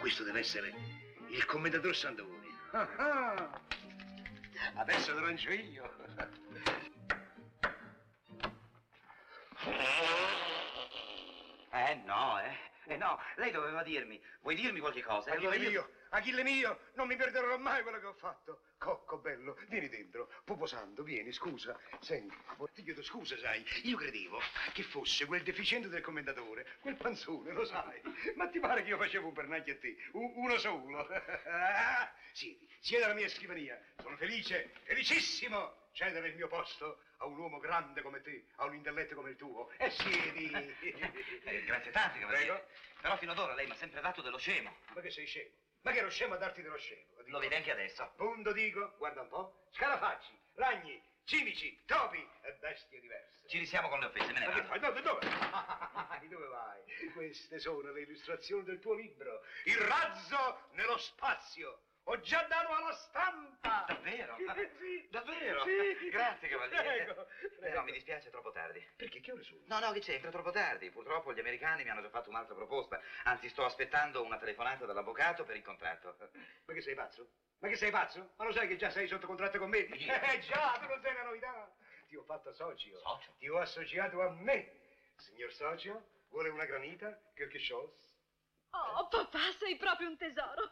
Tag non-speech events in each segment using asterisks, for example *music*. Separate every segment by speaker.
Speaker 1: Questo deve essere il commendator Sandoni. ah. Adesso lo lancio io.
Speaker 2: Eh no, eh. Eh no, lei doveva dirmi. Vuoi dirmi qualche cosa? eh?
Speaker 1: Achille
Speaker 2: Allora io-
Speaker 1: mio, Achille mio, non mi perderò mai quello che ho fatto. Cocco bello, vieni dentro. Pupo Santo, vieni, scusa. Senti, vo- ti chiedo scusa, sai, io credevo che fosse quel deficiente del commendatore, quel panzone, lo sai. Ma ti pare che io facevo un pernacchio a te, U- uno solo. *laughs* Ah, siedi, siedi alla mia scrivania. Sono felice, felicissimo. Cedere il mio posto a un uomo grande come te, a un intelletto come il tuo. E
Speaker 2: *laughs* Eh,
Speaker 1: siedi.
Speaker 2: grazie tante, cavaliere.
Speaker 1: Prego.
Speaker 2: Però fino ad ora lei mi ha sempre dato dello scemo.
Speaker 1: Ma che sei scemo? Ma che ero scemo a darti dello scemo?
Speaker 2: Lo vede anche adesso.
Speaker 1: Appunto dico, guarda un po', scarafaggi, ragni, cimici, topi e bestie diverse.
Speaker 2: Ci eh? risiamo con le offese, me ne
Speaker 1: Ma che
Speaker 2: vado.
Speaker 1: fai? Dove, dove? Ah, *laughs* dove vai? Queste sono le illustrazioni del tuo libro, Il razzo nello spazio. Ho già dato alla stampa.
Speaker 2: Davvero?
Speaker 1: Eh, sì.
Speaker 2: Davvero?
Speaker 1: Sì.
Speaker 2: Grazie, cavaliere.
Speaker 1: Prego,
Speaker 2: Eh,
Speaker 1: prego.
Speaker 2: no, mi dispiace, è troppo tardi.
Speaker 1: Perché che ore sono?
Speaker 2: No, no, che c'entra, è troppo tardi. Purtroppo gli americani mi hanno già fatto un'altra proposta. Anzi, sto aspettando una telefonata dall'avvocato per il contratto.
Speaker 1: Ma che sei pazzo? Ma che sei pazzo? Ma lo sai che già sei sotto contratto con me?
Speaker 2: Sì.
Speaker 1: Eh già, tu non sei una novità. Ti ho fatto socio.
Speaker 2: Socio?
Speaker 1: Ti ho associato a me. Signor socio, vuole una granita? Qualche chose?
Speaker 3: Oh, papà, sei proprio un tesoro.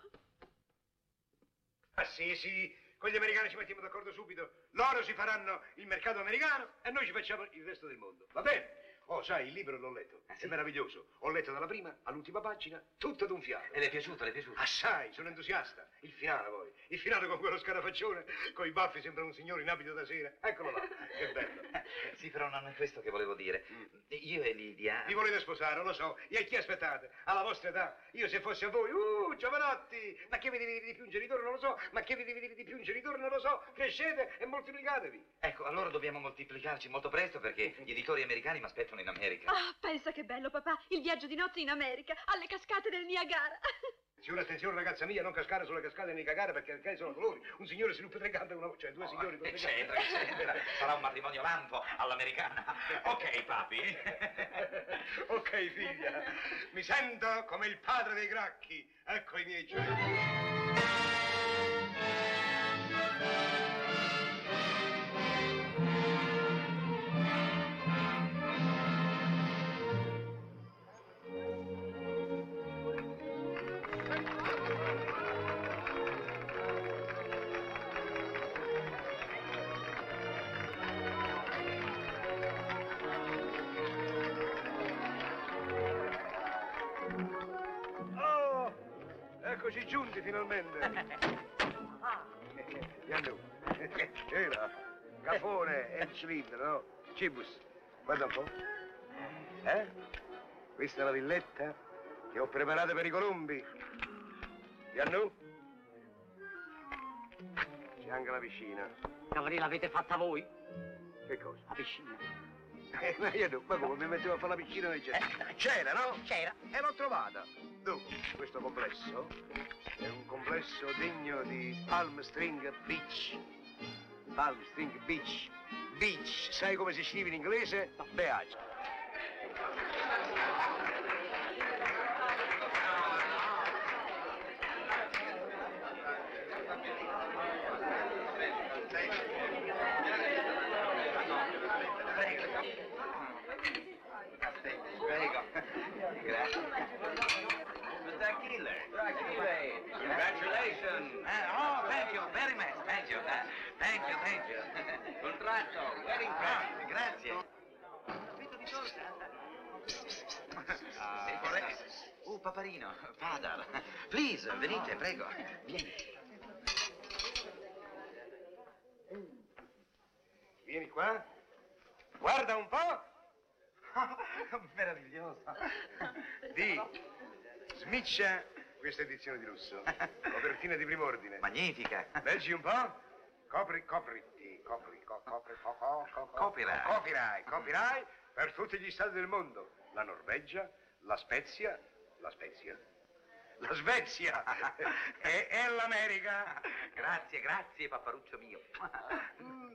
Speaker 1: Ah sì, sì, con gli americani ci mettiamo d'accordo subito. Loro si faranno il mercato americano e noi ci facciamo il resto del mondo. Va bene? Oh, sai, il libro l'ho letto.
Speaker 2: Ah, sì?
Speaker 1: È meraviglioso. Ho letto dalla prima all'ultima pagina, tutto d'un fiato.
Speaker 2: E Eh, le è piaciuto, le è piaciuto?
Speaker 1: Assai, sono entusiasta. Il finale poi. Il finale con quello scarafaccione, con i baffi sembra un signore in abito da sera. Eccolo là, che bello.
Speaker 2: *laughs* *laughs* Sì, però non è questo che volevo dire.
Speaker 1: Mm.
Speaker 2: Io e Lidia...
Speaker 1: Vi volete sposare, lo so. E a chi aspettate? Alla vostra età. Io se fossi a voi, uh, giovanotti, ma che vi devi dire di più un genitore non lo so, ma che vi devi dire di più un genitore non lo so. Crescete e moltiplicatevi.
Speaker 2: Ecco, allora dobbiamo moltiplicarci molto presto perché gli editori americani mi aspettano in America.
Speaker 3: Ah, pensa che bello, papà, il viaggio di nozze in America, alle cascate del Niagara.
Speaker 1: Signora, attenzione ragazza mia, non cascare sulle cascate né cagare perché le cascate sono dolori. Un signore si ruppe tre gambe, e una voce, due
Speaker 2: Oh,
Speaker 1: signori per le
Speaker 2: eccetera, eccetera. Sarà un matrimonio lampo all'americana. Ok, papi.
Speaker 1: *laughs* ok figlia, mi sento come il padre dei gracchi. Ecco i miei giochi. Oh, eccoci giunti finalmente. Gianlu, c'era, capone e il cilindro, no? Cibus, guarda un po'. Eh? Questa è la villetta che ho preparato per i colombi. Gianlu? C'è anche la piscina.
Speaker 4: Cavaliere, l'avete fatta voi?
Speaker 1: Che cosa?
Speaker 4: La piscina.
Speaker 1: *laughs* Eh, ma io ma come mi mettevo a fare la piscina nel c'era? Eh, C'era, no?
Speaker 4: C'era.
Speaker 1: E l'ho trovata. Dunque, questo complesso è un complesso degno di Palm String Beach. Palm String Beach. Beach, sai come si scrive in inglese? Beach.
Speaker 2: Prego. Prego. Grazie. Mr. Achille. Congratulations. oh, thank you very much. Thank you. Eh, thank you, thank you. Contratto. Very impressive. Grazie. Ah, vorrei- Uh, paparino, father, please, venite, prego. Vieni.
Speaker 1: Vieni qua. Guarda un po'.
Speaker 2: *laughs* Meraviglioso.
Speaker 1: Di. Smiccia questa edizione di *laughs* lusso. Copertina di primo ordine.
Speaker 2: Magnifica.
Speaker 1: Leggi un po'. Copri, copriti, copri, co, copri, co, co, co, co-
Speaker 2: Copyright.
Speaker 1: Copyright, copyright per tutti gli stati del mondo. La Norvegia, la Spezia, la Spezia, la Svezia
Speaker 2: *laughs*
Speaker 1: e, e l'America.
Speaker 2: Grazie, grazie, paparuccio mio.
Speaker 1: Mm,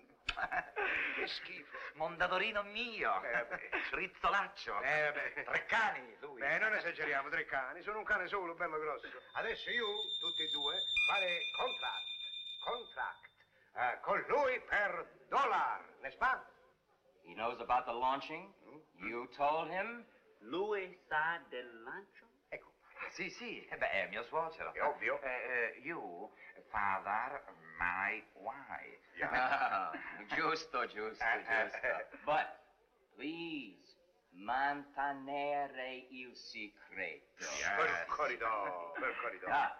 Speaker 1: Che schifo.
Speaker 2: Mondadorino mio,
Speaker 1: Eh, vabbè.
Speaker 2: rizzolaccio,
Speaker 1: Eh, vabbè.
Speaker 2: tre cani lui.
Speaker 1: Beh, non esageriamo, tre cani, sono un cane solo, bello grosso. Adesso io, tutti e due, fare contract, contract, eh, con lui per dollar, ne spa?
Speaker 5: He knows about the launching. You told him.
Speaker 4: Lui sa del lancio?
Speaker 1: Ecco,
Speaker 2: Sì, sì, eh, beh, è mio suocero.
Speaker 1: È ovvio.
Speaker 2: Eh, eh, you, father, my wife.
Speaker 5: *laughs* Ah, giusto, giusto, giusto. But please mantenere il segreto.
Speaker 2: Yeah.
Speaker 1: Per carità, per carità.
Speaker 5: Ah,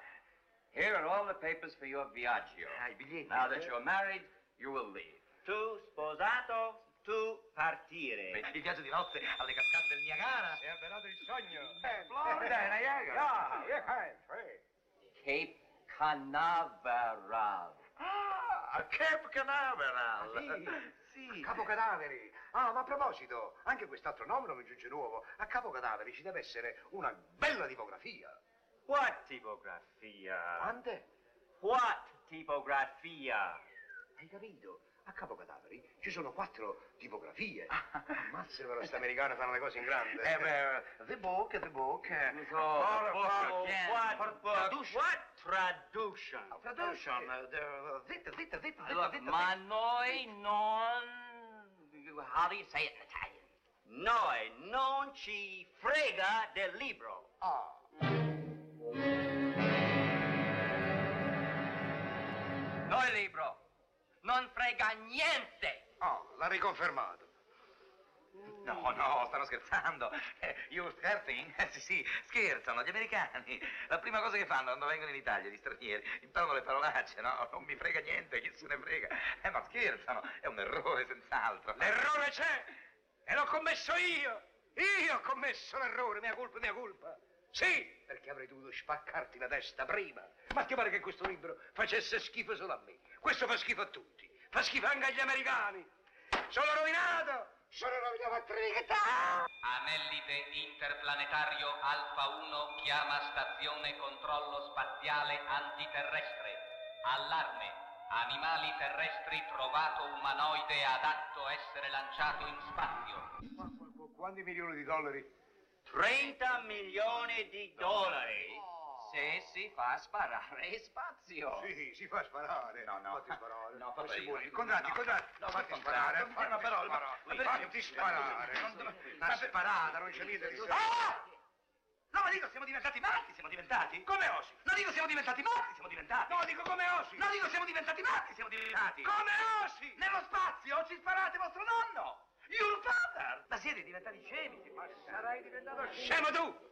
Speaker 5: here are all the papers for your viaggio.
Speaker 2: Ah, i biglietti.
Speaker 5: Now that you're married, you will leave.
Speaker 4: Tu sposato, tu partire.
Speaker 2: Eh, Il viaggio di notte alle cascate del Niagara.
Speaker 1: È avverato il sogno.
Speaker 2: Florida, è Niagara.
Speaker 1: Ah, yeah, eh.
Speaker 5: Cape Canaveral.
Speaker 2: Ah, a Cape Canaveral.
Speaker 1: Ah,
Speaker 2: sì.
Speaker 1: Capo cadaveri. Ah, ma a proposito, anche quest'altro nome mi giunge nuovo. A capo cadaveri ci deve essere una bella tipografia.
Speaker 4: What tipografia?
Speaker 1: Quante?
Speaker 4: What tipografia?
Speaker 1: Hai capito? A capo cadaveri ci sono quattro tipografie. Ammazza però sta americano fanno le cose in grande.
Speaker 2: Eh, beh, the book, the book.
Speaker 5: Non so,
Speaker 2: Por-
Speaker 5: book,
Speaker 2: por-
Speaker 5: yeah.
Speaker 4: What, what,
Speaker 2: Traduce.
Speaker 4: what traduction?
Speaker 2: Traduction. eh, the- Zitta, zitta, zitta, zitta,
Speaker 5: Look,
Speaker 2: zitta.
Speaker 5: ma noi non... How do you say it in Italian?
Speaker 4: Noi non ci frega del libro.
Speaker 1: Ah.
Speaker 5: Noi libro non frega niente.
Speaker 1: Ah, l'ha riconfermato.
Speaker 2: No, no, stanno scherzando. Eh, you scherzing? Eh, sì, sì, scherzano, gli americani. La prima cosa che fanno quando vengono in Italia, gli stranieri, imparano le parolacce, no? Non mi frega niente, chi se ne frega. Eh, ma scherzano, è un errore senz'altro.
Speaker 1: L'errore c'è! E l'ho commesso io! Io ho commesso l'errore, mia colpa, mia colpa! Sì! Perché avrei dovuto spaccarti la testa prima! Ma ti pare che questo libro facesse schifo solo a me? Questo fa schifo a tutti! Fa schifo anche agli americani! Sono rovinato! Sono rovinato a Trichetta!
Speaker 6: Anellite interplanetario Alfa 1 chiama stazione controllo spaziale antiterrestre. Allarme. Animali terrestri trovato umanoide adatto a essere lanciato in spazio.
Speaker 1: Quanti milioni di dollari?
Speaker 4: 30 milioni di dollari.
Speaker 5: Se si fa sparare spazio.
Speaker 1: Sì, si fa sparare.
Speaker 2: No, no.
Speaker 1: Fatti sparare.
Speaker 2: No,
Speaker 1: Non
Speaker 2: papà,
Speaker 1: si
Speaker 2: io-
Speaker 1: vuole. I contratti, i
Speaker 2: no,
Speaker 1: contratti.
Speaker 2: no,
Speaker 1: fatti
Speaker 2: ma
Speaker 1: sparare.
Speaker 2: contratto, ma parola, ma- ma perché-
Speaker 1: Fatti sparare.
Speaker 2: Non dove-
Speaker 1: Una
Speaker 2: ma-
Speaker 1: sparata, non c'è niente di
Speaker 2: Ah! No, ma dico, siamo diventati matti, siamo diventati.
Speaker 1: Come osi?
Speaker 2: No, dico, siamo diventati matti, siamo diventati.
Speaker 1: No, dico come osi?
Speaker 2: No, dico, siamo diventati matti, siamo diventati.
Speaker 1: Come osi?
Speaker 2: Nello spazio ci sparate vostro nonno! Your father! Ma siete diventati scemi, siete
Speaker 1: Sarai diventato scemo tu!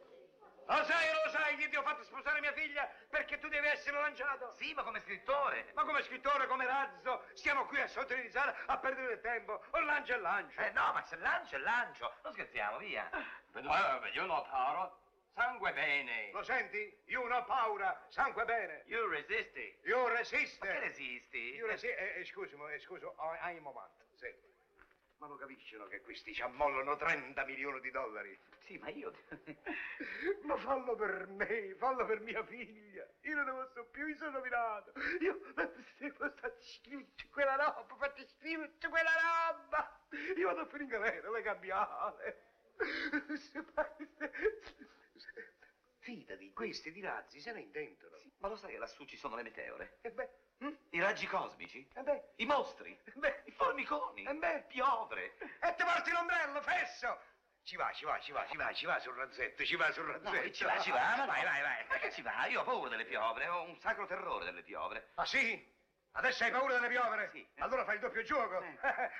Speaker 1: Lo sai, lo sai che ti ho fatto sposare mia figlia perché tu devi essere lanciato?
Speaker 2: Sì, ma come scrittore!
Speaker 1: Ma come scrittore, come razzo, stiamo qui a sottolineare, a perdere del tempo. O lancio e lancio.
Speaker 2: Eh no, ma se lancio è lancio! Non scherziamo, via!
Speaker 1: Ah.
Speaker 2: Eh,
Speaker 5: Bravo, io non parlo. Sangue bene.
Speaker 1: Lo senti? Io non ho paura, sangue bene.
Speaker 4: You resisting.
Speaker 1: Io
Speaker 2: Ma che
Speaker 1: resisto.
Speaker 2: resisti?
Speaker 1: Io resisto. Eh, eh, scusami, eh, scuso, hai hai un momento. Sì. Ma non capiscono che questi ci ammollano 30 milioni di dollari.
Speaker 2: Eh, Sì, ma io... *laughs*
Speaker 1: Ma fallo per me, fallo per mia figlia. Io non ne posso più, mi sono rovinato. Io devo stare scritto quella roba, fate scritto quella roba. Io vado a finire in galera, le cambiate. Fidati, questi di razzi se ne intendono.
Speaker 2: Ma lo sai che lassù ci sono le meteore?
Speaker 1: E beh, hm?
Speaker 2: I raggi cosmici?
Speaker 1: e beh,
Speaker 2: I mostri?
Speaker 1: Beh.
Speaker 2: I formiconi?
Speaker 1: Eh beh.
Speaker 2: Piovre!
Speaker 1: e ti porti l'ombrello, fesso. Ci va, ci va, ci va, ci va, ci va sul razzetto, ci va sul
Speaker 2: No,
Speaker 1: razzetto.
Speaker 2: che ci va, ci va, ma vai, vai, vai! Ma che ci va? Io ho paura delle piovre, ho un sacro terrore delle piovre.
Speaker 1: Ah sì? Adesso hai paura delle piovere?
Speaker 2: Sì.
Speaker 1: Allora fai il doppio gioco. *laughs*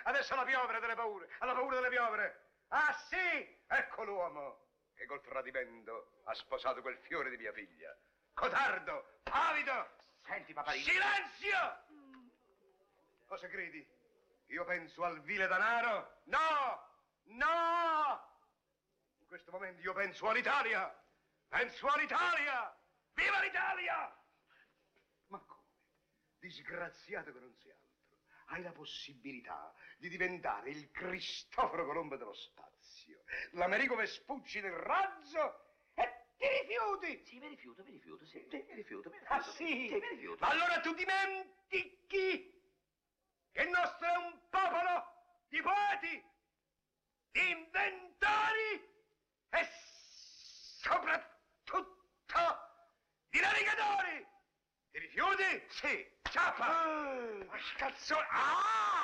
Speaker 1: Adesso alla piovere delle paure, alla paura delle piovere. Ah sì? Ecco l'uomo che col tradimento ha sposato quel fiore di mia figlia. Cotardo, pavido,
Speaker 2: Senti, paparino...
Speaker 1: silenzio! Cosa credi? Io penso al vile danaro? No! No! In questo momento io penso all'Italia! Penso all'Italia! Viva l'Italia! Ma come? Disgraziato che non sei altro, hai la possibilità di diventare il Cristoforo Colombo dello spazio, l'Americo Vespucci del razzo e ti rifiuti!
Speaker 2: Sì, mi rifiuto, mi rifiuto, sì, mi rifiuto, mi rifiuto.
Speaker 1: Ah sì?
Speaker 2: Sì, mi rifiuto.
Speaker 1: Ma allora tu dimentichi il nostro è un popolo di poeti, di inventori e soprattutto di navigatori. Ti rifiuti? Sì. Ciapa! Ma scazzone! Ah!